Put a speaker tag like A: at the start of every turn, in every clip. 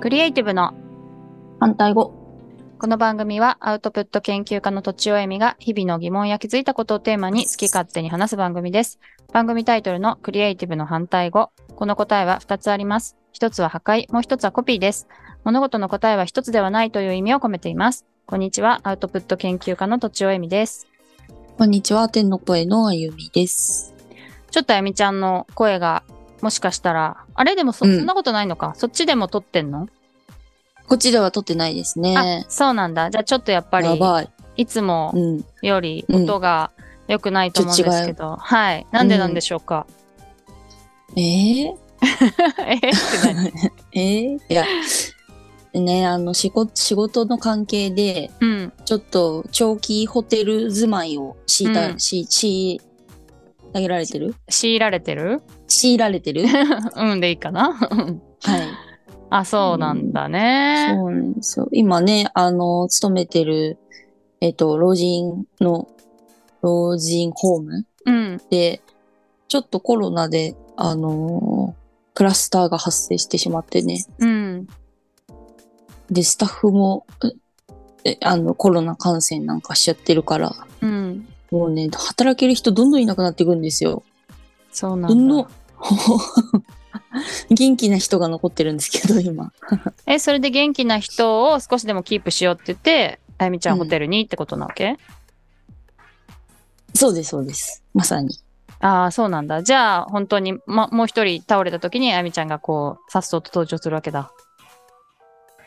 A: クリエイティブの
B: 反対語。
A: この番組はアウトプット研究家のとちおえみが日々の疑問や気づいたことをテーマに好き勝手に話す番組です。番組タイトルのクリエイティブの反対語。この答えは2つあります。1つは破壊、もう1つはコピーです。物事の答えは1つではないという意味を込めています。こんにちは。アウトプット研究家のとちおえみです。
B: こんにちは、天の声のあゆみです。
A: ちょっとあやみちゃんの声がもしかしたら、あれでもそ,、
B: うん
A: ん、なことないのかそっちでも撮ってんの、
B: こっちでは撮ってないですね。
A: あ、そうなんだ。じゃあちょっとやっぱり
B: や、ばい。
A: いつも
B: うん。
A: より音が良くないと思うんですけど、はい。なんでなんでしょうか。
B: え
A: えーって何
B: ー、えー、いや、ね、あの、仕事、仕事の関係で、
A: うん。
B: ちょっと長期ホテル住まいを強いた、
A: うん
B: し、し、あげられてる
A: 強いられてる
B: 強いられてるはい。
A: うんでいいかなあ、そうなんだね。
B: そうなんですよ。今ね、あの、勤めてる、えっと、老人の、老人ホーム
A: うん。
B: で、ちょっとコロナで、あのークラスターが発生してしまってね。
A: うん。
B: で、スタッフも、うえあの、コロナ感染なんかしちゃってるから、
A: うん。
B: もうね、働ける人どんどんいなくなっていくんですよ。
A: そうな
B: どん
A: ん
B: どん
A: だ。、
B: 元気な人が残ってるんですけど、今。
A: え、それで元気な人を少しでもキープしようって言って、あやみちゃん
B: うん
A: ホテルにってことなわけ、
B: そうです、そうです。まさに。
A: ああ、そうなんだ。じゃあ、本当に、ま、もう一人倒れた時にあやみちゃんがこう、さっそうと登場するわけだ。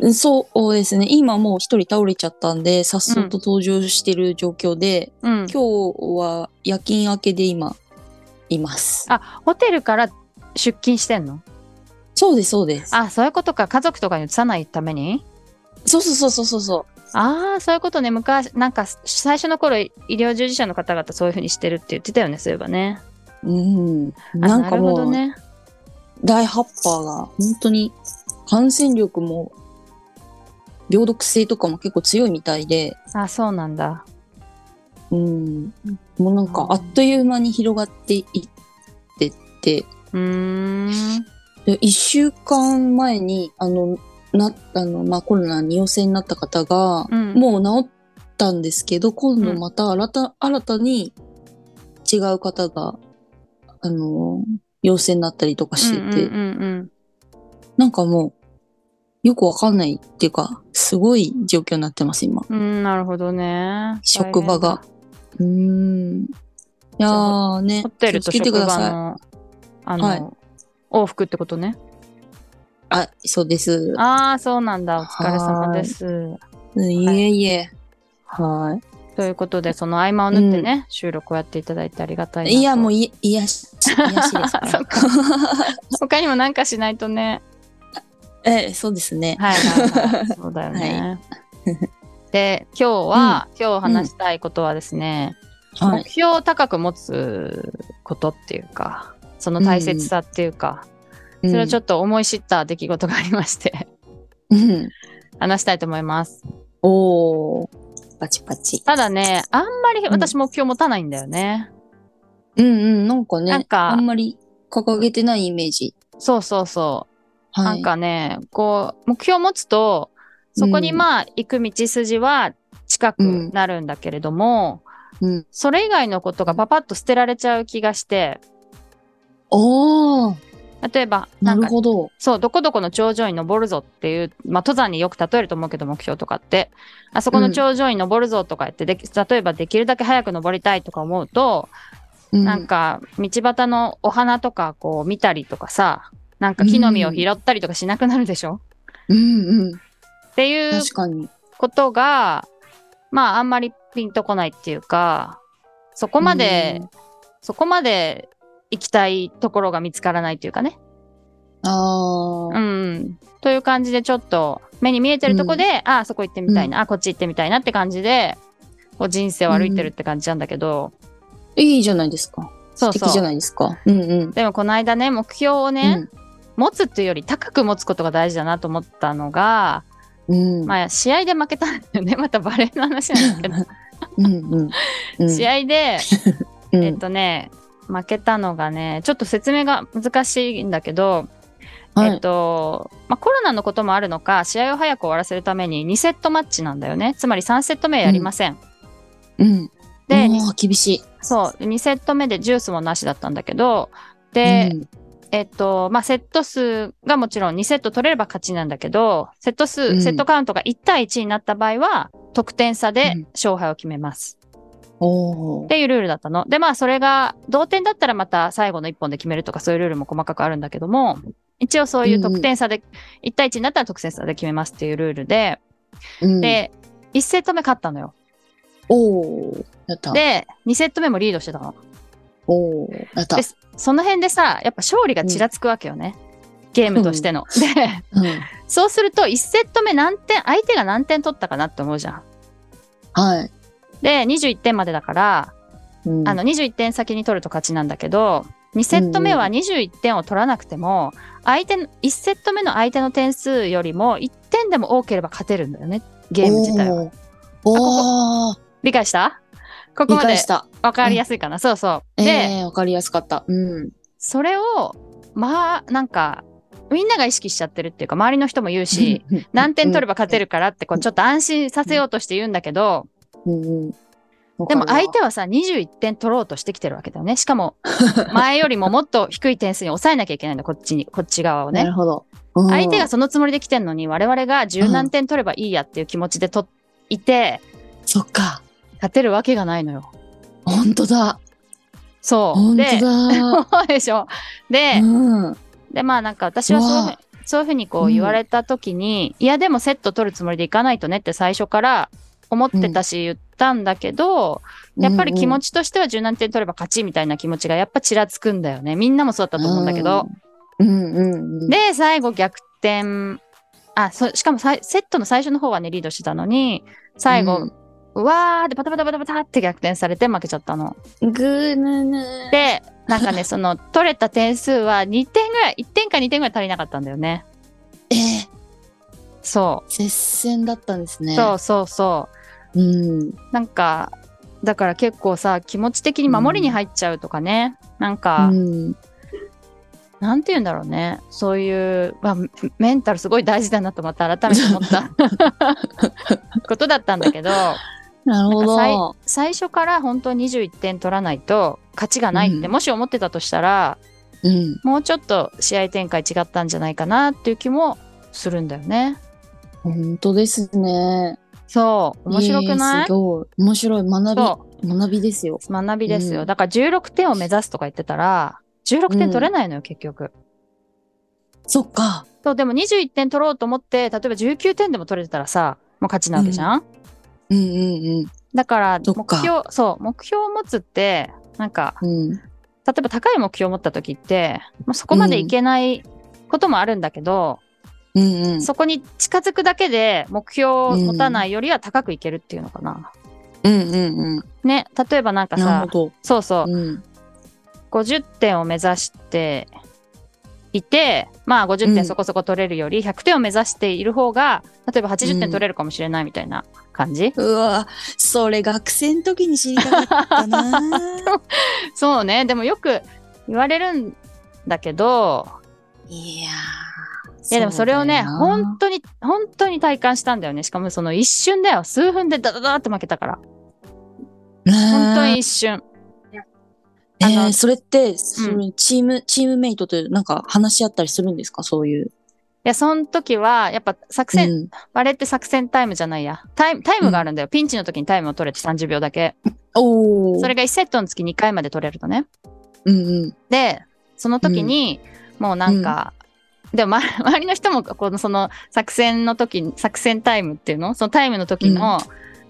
B: うんそうですね。今もう一人倒れちゃったんで、さっそうと登場してる状況で、
A: うん。
B: 今日は夜勤明けで今、います。
A: あ、ホテルから出勤してんの
B: そうです、そうです。
A: あ、そういうことか。家族とかに移さないために
B: そうそうそうそうそう。
A: ああ、そういうことね。昔、なんか、最初の頃、医療従事者の方々そういうふうにしてるって言ってたよね、そういえばね。
B: うん、
A: あ
B: なん
A: な
B: かも
A: るほ
B: う、
A: どね。
B: 第8波が本当に感染力も病毒性とかも結構強いみたいで、
A: あそうなんだ。
B: うん、もうなんかあっという間に広がっていってて、
A: うーん。
B: で1週間前にあのなあの、まあ、コロナに陽性になった方が、
A: うん
B: もう治ったんですけど今度また新た,、新たに違う方があの陽性になったりとかして
A: う
B: て。
A: んうんうん
B: なんかもう、よくわかんないっていうか、すごい状況になってます、今。
A: うん、うんなるほどね。
B: 職場
A: 大変
B: が
A: だ。。
B: うーん。いやーね。
A: ホテルと
B: 気を
A: 職
B: つけてく
A: 場
B: ださい。
A: の、あ
B: はい
A: の、往復ってことね。
B: あ、そうです。
A: ああ、そうなんだ。お疲れ様です。
B: うんい
A: はい
B: えいえ。は
A: ということで、その合間を縫ってね、収録をやっていただいてありがたい
B: い。
A: なと。
B: いや、もうい、癒やし、癒やしですか
A: そ
B: ら
A: っ。他にもなんかしないとね。
B: ええ、そうですね。
A: はいはい はい、そうだよね。で今日は、今日話したいことはですね、
B: は
A: 目
B: い。
A: 標を高く持つことっていうかその大切さっていうか、それをちょ
B: っ
A: っと思い知った出来事がありまして、
B: と。うん
A: 話したいと思います。
B: おー。パチパチ。
A: ただねあんまり
B: ん
A: 私目標持たないんだよね。
B: うんうん、なんか
A: なん
B: ね、
A: か
B: あんまり掲げてないイメージ。
A: そうそうそう、
B: はい。
A: なんかねこう目標を持つとそこに
B: うん
A: まあ行く道筋は近くなるんだけれども、
B: うん。
A: それ以外のことがパパッと捨てられちゃう気がして
B: おー。
A: 例えば
B: な
A: なん
B: る
A: か
B: ほど。
A: そうどこどこの頂上に登るぞっていう、まあ、登山によく例えると思うけど目標とかってあそこの頂上に登るぞとか言ってでき例えばできるだけ早く登りたいとか思うと、
B: な
A: なんか道端のお花とかこう見たりとかさなんか木の実を拾ったりとかしなくなるでしょ、
B: うんうん。
A: っていう
B: 確かに。
A: ことがまああんまりピンとこないっていうかそこまで、
B: うん
A: そこまで行きたいところが見つからないっていうかね。
B: あ
A: う
B: あ。
A: ん、という感じでちょっと目に見えてるとこで、ああそこ行ってみたいな、あこっち行ってみたいなって感じでこう人生を歩いてるって感じなんだけど、
B: いいじゃないですか。
A: そう
B: 素敵じ
A: そ
B: ゃ
A: う
B: ないですか。うんうん。
A: でもこの間ね目標をね、持つっていうより高く持つことが大事だなと思ったのが、
B: うん。うん。
A: まあ、試合で負けたんだよね またバレーの話なんだけど、
B: うんうん。うん
A: 試合で、
B: うん
A: えっとね負けたのがねちょっと説明が難しいんだけど
B: はい
A: えっとまあ、コロナのこともあるのか試合を早く終わらせるために2セットマッチなんだよねつまり3セット目はやりません、
B: うん。
A: で
B: もう厳しい。
A: そう2セット目でジュースもなしだったんだけどで、
B: うん
A: えっとまあ、セット数がもちろん2セット取れれば勝ちなんだけどセット数、
B: うん
A: セットカウントが1対1になった場合は得点差で
B: うん
A: 勝敗を決めます、
B: お
A: っ
B: ー
A: ていうルールだったのでまあそれが同点だったらまた最後の1本で決めるとかそういうルールも細かくあるんだけども一応そういう得点差で、1対1になったら得点差で決めますっていうルールで、
B: うん、
A: で1セット目勝ったのよ
B: おーやった。
A: で2セット目もリードしてたの
B: おーやった
A: で。その辺でさやっぱ勝利がちらつくわけよね、ゲームとしての、で
B: うん。
A: そうすると1セット目何点相手が何点取ったかなって思うじゃん。
B: はい。
A: で21点までだから、
B: うん
A: あの、21点先に取ると勝ちなんだけど2セット目は
B: う
A: 21点を取らなくても相手の1セット目の相手の点数よりも1点でも多ければ勝てるんだよねゲーム自体は。
B: おーおー
A: 理解したここ
B: 理
A: まで
B: 解した。
A: 分かりやすいかな、そうそう。で、
B: えー、わかりやすかった。うん。
A: それをまあなんかみんなが意識しちゃってるっていうか周りの人も言うし何点取れば勝てるからってこうちょっと安心させようとして言うんだけど。
B: うんうん。
A: でも相
B: は、
A: 手はさ21点取ろうとしてきてるわけだよねしかも 前よりももっと低い点数に抑えなきゃいけないんだこっちにこっち側を
B: な
A: ね
B: るほど。うん
A: 相手が、そのつもりで来てんのに我々が十何点取ればいいやっていう気持ちでといて
B: そっか。
A: 勝てるわけがないのよ
B: 本当だ。
A: そう
B: 本
A: で
B: 当だ。
A: そうでしょで、
B: うん。
A: でまあなんか私はそういうふう
B: うわ
A: そういうふうにこう言われた時に、いやでもセット取るつもりでいかないとねって最初から思ってたし言ったんだけど、やっぱり気持
B: ち
A: ちとしては柔軟点取れば勝ちみたいな気持ちがやっぱちらつくんだよね。みんなもそうだったと思うんだけど。。
B: うんうんうん。、
A: で、最後逆転。あ、そしかもさいセットの最初の方はね、リードしてたのに、最後、うわーってパタパタパタパタって逆転されて負けちゃったの。
B: うん、ぐーぬぬ。
A: で、なん かね、その取れた点数は2点ぐらい、1点か2点ぐらい足りなかったんだよね。
B: えー、
A: そ
B: 接戦だったんです
A: う。
B: ね。
A: そうそうそう。
B: う。うん。
A: なんか、だから結構さ、気持ち的に守りに入っちゃうとかね、なんか、
B: うん。
A: なんて言うんだろうね。そういう、まあ、メメンタルすごい大事だなとまた改めて思った ことだったんだけど、
B: なるほど。
A: 最初から本当に21点取らないと勝ちがないって、
B: うん
A: もし思ってたとしたら、
B: うん。
A: もうちょっと試合展開違ったんじゃないかなっていう気もするんだよね。
B: 本当ですね。
A: そう。面白く
B: え
A: な
B: ー
A: い
B: すごい。面白い。学
A: そ
B: び、学びですよ。
A: う。学びですよ。
B: うん
A: だから16点を目指すとか言ってたら、16点取れないのよ、結局。
B: そっか。
A: そう、でも21点取ろうと思って、例えば19点でも取れてたらさ、もう勝ちなわけじゃん
B: うんうん
A: だから目
B: そっか
A: 標そう目標を持つってなんか
B: うん。うん。
A: 例えば高い目標を持った時って、まあ、そこまでいけないこともあるんだけど、
B: うんうん。
A: そこに近づくだけで目標を持たないよりは高くいけるっていうのかな。
B: うんうんうん。
A: ね例えばなんか
B: なる
A: さ
B: ほど。
A: そうそう
B: うん。
A: 50点を目指していてまあ50
B: う
A: 点
B: ん
A: そこそこ取れるより100点を目指している方が例えば80点取れるかもしれないみたいな感じ、
B: うわ、それ学生の時に知りたかったな。
A: そうねでもよく言われるんだけど
B: いやー。
A: いやでもそれをね、
B: うだよな
A: 本当に、本当に体感したんだよね。しかもその一瞬だよ。数分でダダダーって負けたから。本当に。一瞬。
B: え
A: あの
B: ー、それって、そのチーム、チームメイトとなんか話し合ったりするんですかそういう。
A: いや、その時は、やっぱ作戦、
B: うん
A: あれって作戦タイムじゃないや。タイム、タイムがあるんだよ。ピンチの時にタイムを取れて30秒だけ。
B: おー。
A: それが1セットの月2回まで取れるとね。
B: うんうん。
A: で、その時に、もうなんか、でも、ま、 周りの人も、この、その、作戦の時に、作戦タイムっていうのそのタイムの時の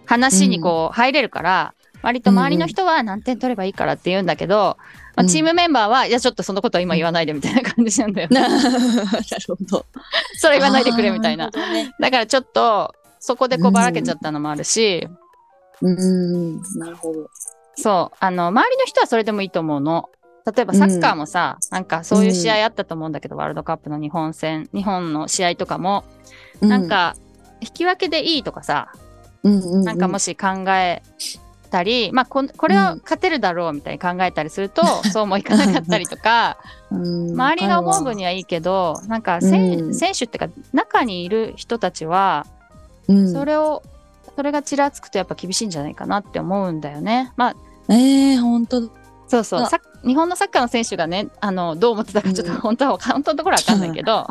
A: 話にこう、入れるから、割と周りの人は何点取ればいいからって言うんだけど、まあ、
B: うん
A: チームメンバーは、いや、ちょっとそのことは今言わないでみたいな感じなん だよね。
B: なるほど。
A: それ言わないでくれみたい
B: あ
A: な
B: ー。るほどね
A: だからちょっと、そこでこうばらけちゃったのもあるし、
B: うん。なるほど。
A: そう、あの、周りの人はそれでもいいと思うの。例えばサッカーもさ、なんかそういう試合あったと思うんだけど、ワールドカップの日本戦、日本の試合とかも、
B: う
A: なん、か、引き分けでいいとかさ、
B: うんうんう
A: なんかもし考えしたり、まあ、こんこれは勝てるだろうみたいに考えたりすると、そうもいかなかったりとか周りが思 う分
B: に、
A: にはいいけどなんか選,、
B: うん
A: 選手ってか中にいる人たちは
B: うん、
A: それを、それがちらつくとやっぱ厳しいんじゃないかなって思うんだよね。まあ
B: ええ本当
A: そうそう
B: あ
A: サッ日本のサッカーの選手がねあのどう思ってたかちょっと
B: うん
A: 本当は、本当のところは分かんないけど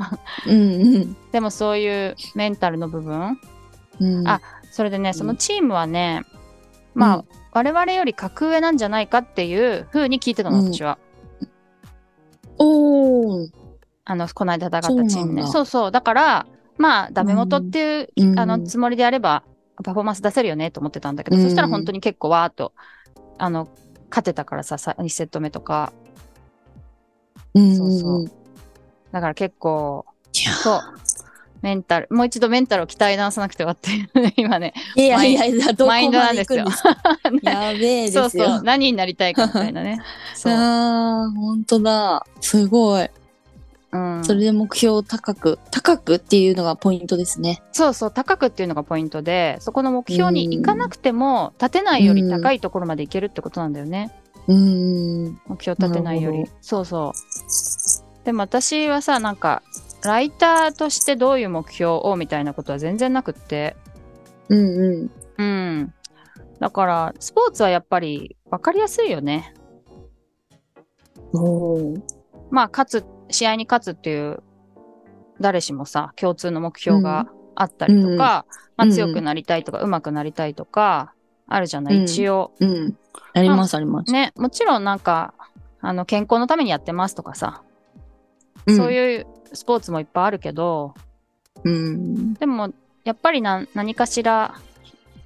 B: うん
A: でもそういうメンタルの部分
B: うんうん
A: あそれでねそのチームはね、まあ、
B: うん
A: 我々より格上なんじゃないかっていうふうに聞いてたの
B: うん
A: 私は。
B: おー
A: あのこの間戦ったチームね
B: そうなんだ
A: そうそうだからまあダメ元っていう、
B: うん
A: あのつもりであればパフォーマンス出せるよねと思ってたんだけど、
B: うん
A: そしたら本当に結構わーっとあの勝てたからささ1セット目とか
B: うん
A: そうそうん
B: い
A: だから結構
B: や
A: そうメンタルもう一度メンタルを鍛え直さなくてはっていう今ね
B: いやいやいやどこ
A: マインドな
B: ま
A: ん
B: で
A: で
B: 行
A: す
B: く
A: よ
B: んですか やべえです
A: そう
B: よ
A: そう何になりたいかみたいな ねそう、
B: あー本当だすごい
A: うん、
B: それで目標を高く高くっていうのがポイントですね
A: そうそう高くっていうのがポイントでそこの目標に行かなくても立てないより高いところまで行けるってことなんだよね、
B: うん
A: 目標立てないよ
B: な
A: り
B: る
A: そうそうでも私はさなんかライターとしてどういう目標をみたいなことは全然なくって
B: うんうん
A: うんだからスポーツはやっぱり分かりやすいよね
B: おー
A: まあ勝つ試合に勝つっていう誰しもさ共通の目標があったりとか、まあ、
B: うん
A: 強くなりたいとか上手くなりたいとかあるじゃない、
B: うん
A: 一応
B: うんありますあります、
A: ねもちろんなんかあの健康のためにやってますとかさ、そう
B: う
A: いうスポーツもいっぱいあるけど
B: ん
A: でもやっぱりな何かしら、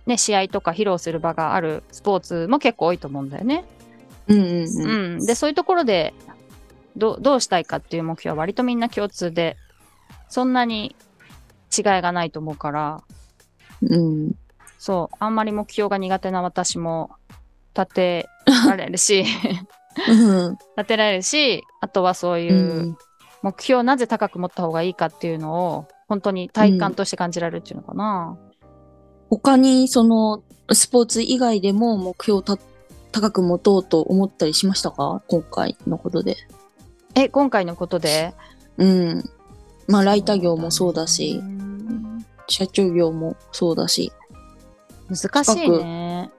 A: ね、試合とか披露する場があるスポーツも結構多いと思うんだよね。
B: うんうん
A: う
B: うん
A: ん、でそういうところでどどうしたいかっていう目標は割とみんな共通でそんなに違いがないと思うから
B: うん
A: そうあんまり目標が苦手な私も立てられる し
B: うん
A: 立てられるしあとはそう
B: う
A: いうん目標をなぜ高く持った方がいいかっていうのを本当に体感として感じられるっていうのかな。
B: 他にそのスポーツ以外でも目標をた高く持とうと思ったりしましたか今回のことで
A: え今回のことで
B: うんまあライター業もそうだし社長業もそうだし
A: 難しいね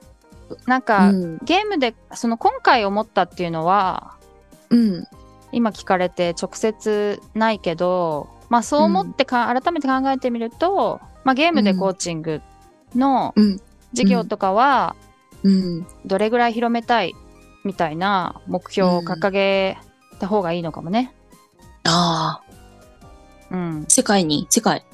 A: なんか、
B: うん
A: ゲームでその今回思ったっていうのは
B: うん
A: 今聞かれて直接ないけどまあそう思ってか、改めて考えてみると、まあ、ゲームでコーチングの
B: うん
A: 授業とかは
B: うん
A: どれぐらい広めたいみたいな目標を掲げた方がいいのかもね。
B: ああ
A: うん、
B: 世界に 世界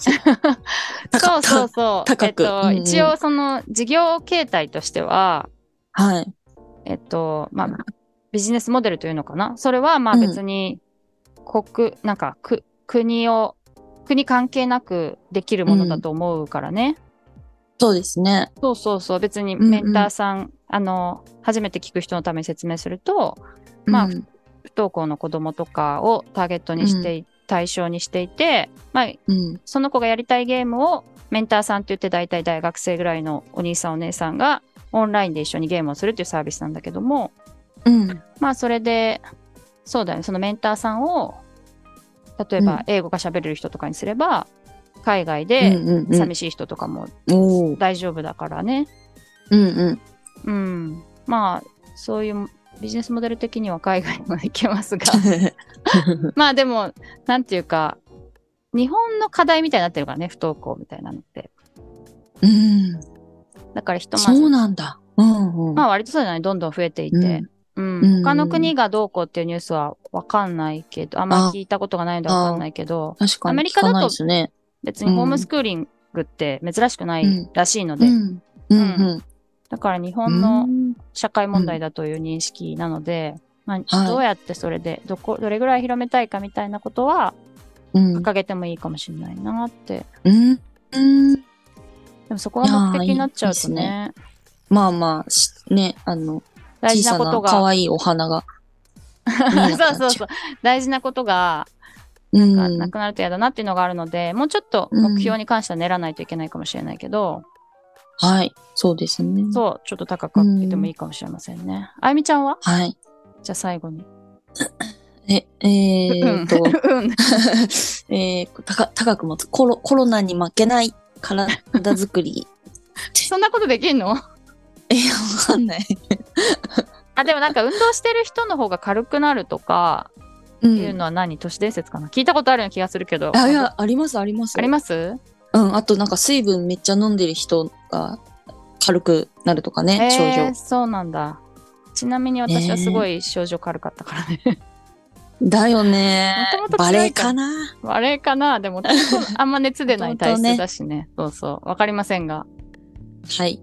A: そうそう
B: た
A: そう。
B: 高く
A: えっと
B: うんうん
A: 一応その事業形態としては
B: はい
A: えっと、まあ、ビジネスモデルというのかな。それは、まあ
B: うん
A: 別に、国、なんか、く、国を、国関係なくできるものだと思うからね。
B: そうですね
A: そうそうそう。別に
B: うんうん
A: メンターさん、あの、初めて聞く人のために説明すると、まあ
B: うん
A: 不登校の子供とかをターゲットにしてい、対象にしていて、まあ、
B: うん
A: その子がやりたいゲームを、メンターさんって言って大体大学生ぐらいのお兄さんお姉さんがオンラインで一緒にゲームをするっていうサービスなんだけども、
B: うん
A: まあそれでそうだよねそのメンターさんを例え
B: うん
A: ば英語が喋れる人とかにすれば、海外
B: うん
A: で
B: うんうん
A: 寂しい人とかも
B: おー
A: 大丈夫だからね、
B: うんうん
A: うんまあそういうビジネスモデル的には海外にも行けます がまあでもなんていうか日本の課題みたいになってるからね不登校みたいなのって
B: うん
A: だからひとま
B: そう
A: ず
B: なんだうんうん
A: まあ割とそうじゃないどんどん増えていて、
B: うん
A: うん
B: うん
A: 他の国がどうこうっていうニュースは分かんないけどあんまり聞いたことがないので分かんないけど
B: 確かに
A: アメリカだと
B: 聞かないですね
A: 別にホームスクーリングって珍しくないらしいので、
B: うんうんうん
A: だから日
B: う
A: 本
B: ん
A: の社会問題だという認識なので、まあ、
B: はい
A: どうやってそれでどこどれぐらい広めたいかみたいなことは
B: うん
A: 掲げてもいいかもしれないなって
B: うんうん
A: でもそこが目的になっちゃうと
B: いや
A: ね
B: まあまあしねあの
A: 大
B: 小
A: 事な
B: さ
A: こと
B: な可
A: が
B: 愛いお花が
A: そうそうそう大事なことが
B: う
A: が
B: ん
A: なくなると嫌だなっていうのがあるので、もうちょっと目標に関しては練らないといけないかもしれないけど、
B: はい。そうですね。
A: そう、ちょっと高く上げてもいいかもしれませんね。あゆみちゃんは
B: はい。
A: じゃあ最後 に。
B: え、えーっと、
A: うん
B: えー、高高く持つコロ、コロナに負けない体づ くり。
A: そんなことできんの
B: えー、わかんない。
A: あ、でもなんか運動してる人の方が軽くなるとか
B: う
A: いうのは何都市伝説かな聞いたことあるような気がするけど。
B: あ、いや、あります、あります。
A: あります
B: うん、あとなんか水分めっちゃ飲んでる人が軽くなるとかね、症
A: え
B: 状
A: ー、。そうなんだ。ちなみに私はすごい症状軽かったからね。
B: だよね
A: もともと。
B: バ
A: 強
B: レ
A: い
B: ー
A: から
B: かな
A: あれかなでも、あんま熱出ない体
B: 本当
A: 質
B: ね
A: だしね。そうそう。わかりませんが。
B: はい。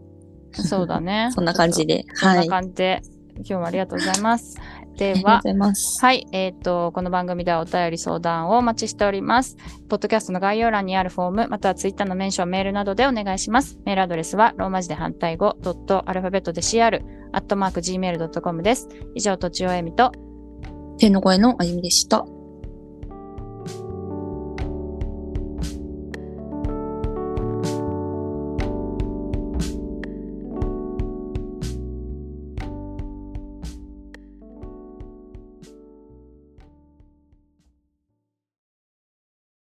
A: そうだね
B: 。そんな感じで。
A: そん
B: は。
A: ない
B: あ
A: 感じで、今日もありがとうございます。で
B: りが
A: は、
B: とうございます。
A: はい、えっ、と、この番組ではお便り相談をお待ちしております。ポッドキャストの概要欄にあるフォーム、またはツイッターのメンション、メールなどでお願いします。メールアドレスは、ローマ字で反対語、ドット、アルファベットで CR、アットマーク、gmail.com です。以上、とちおえみと、
B: 天の声のあゆみでした。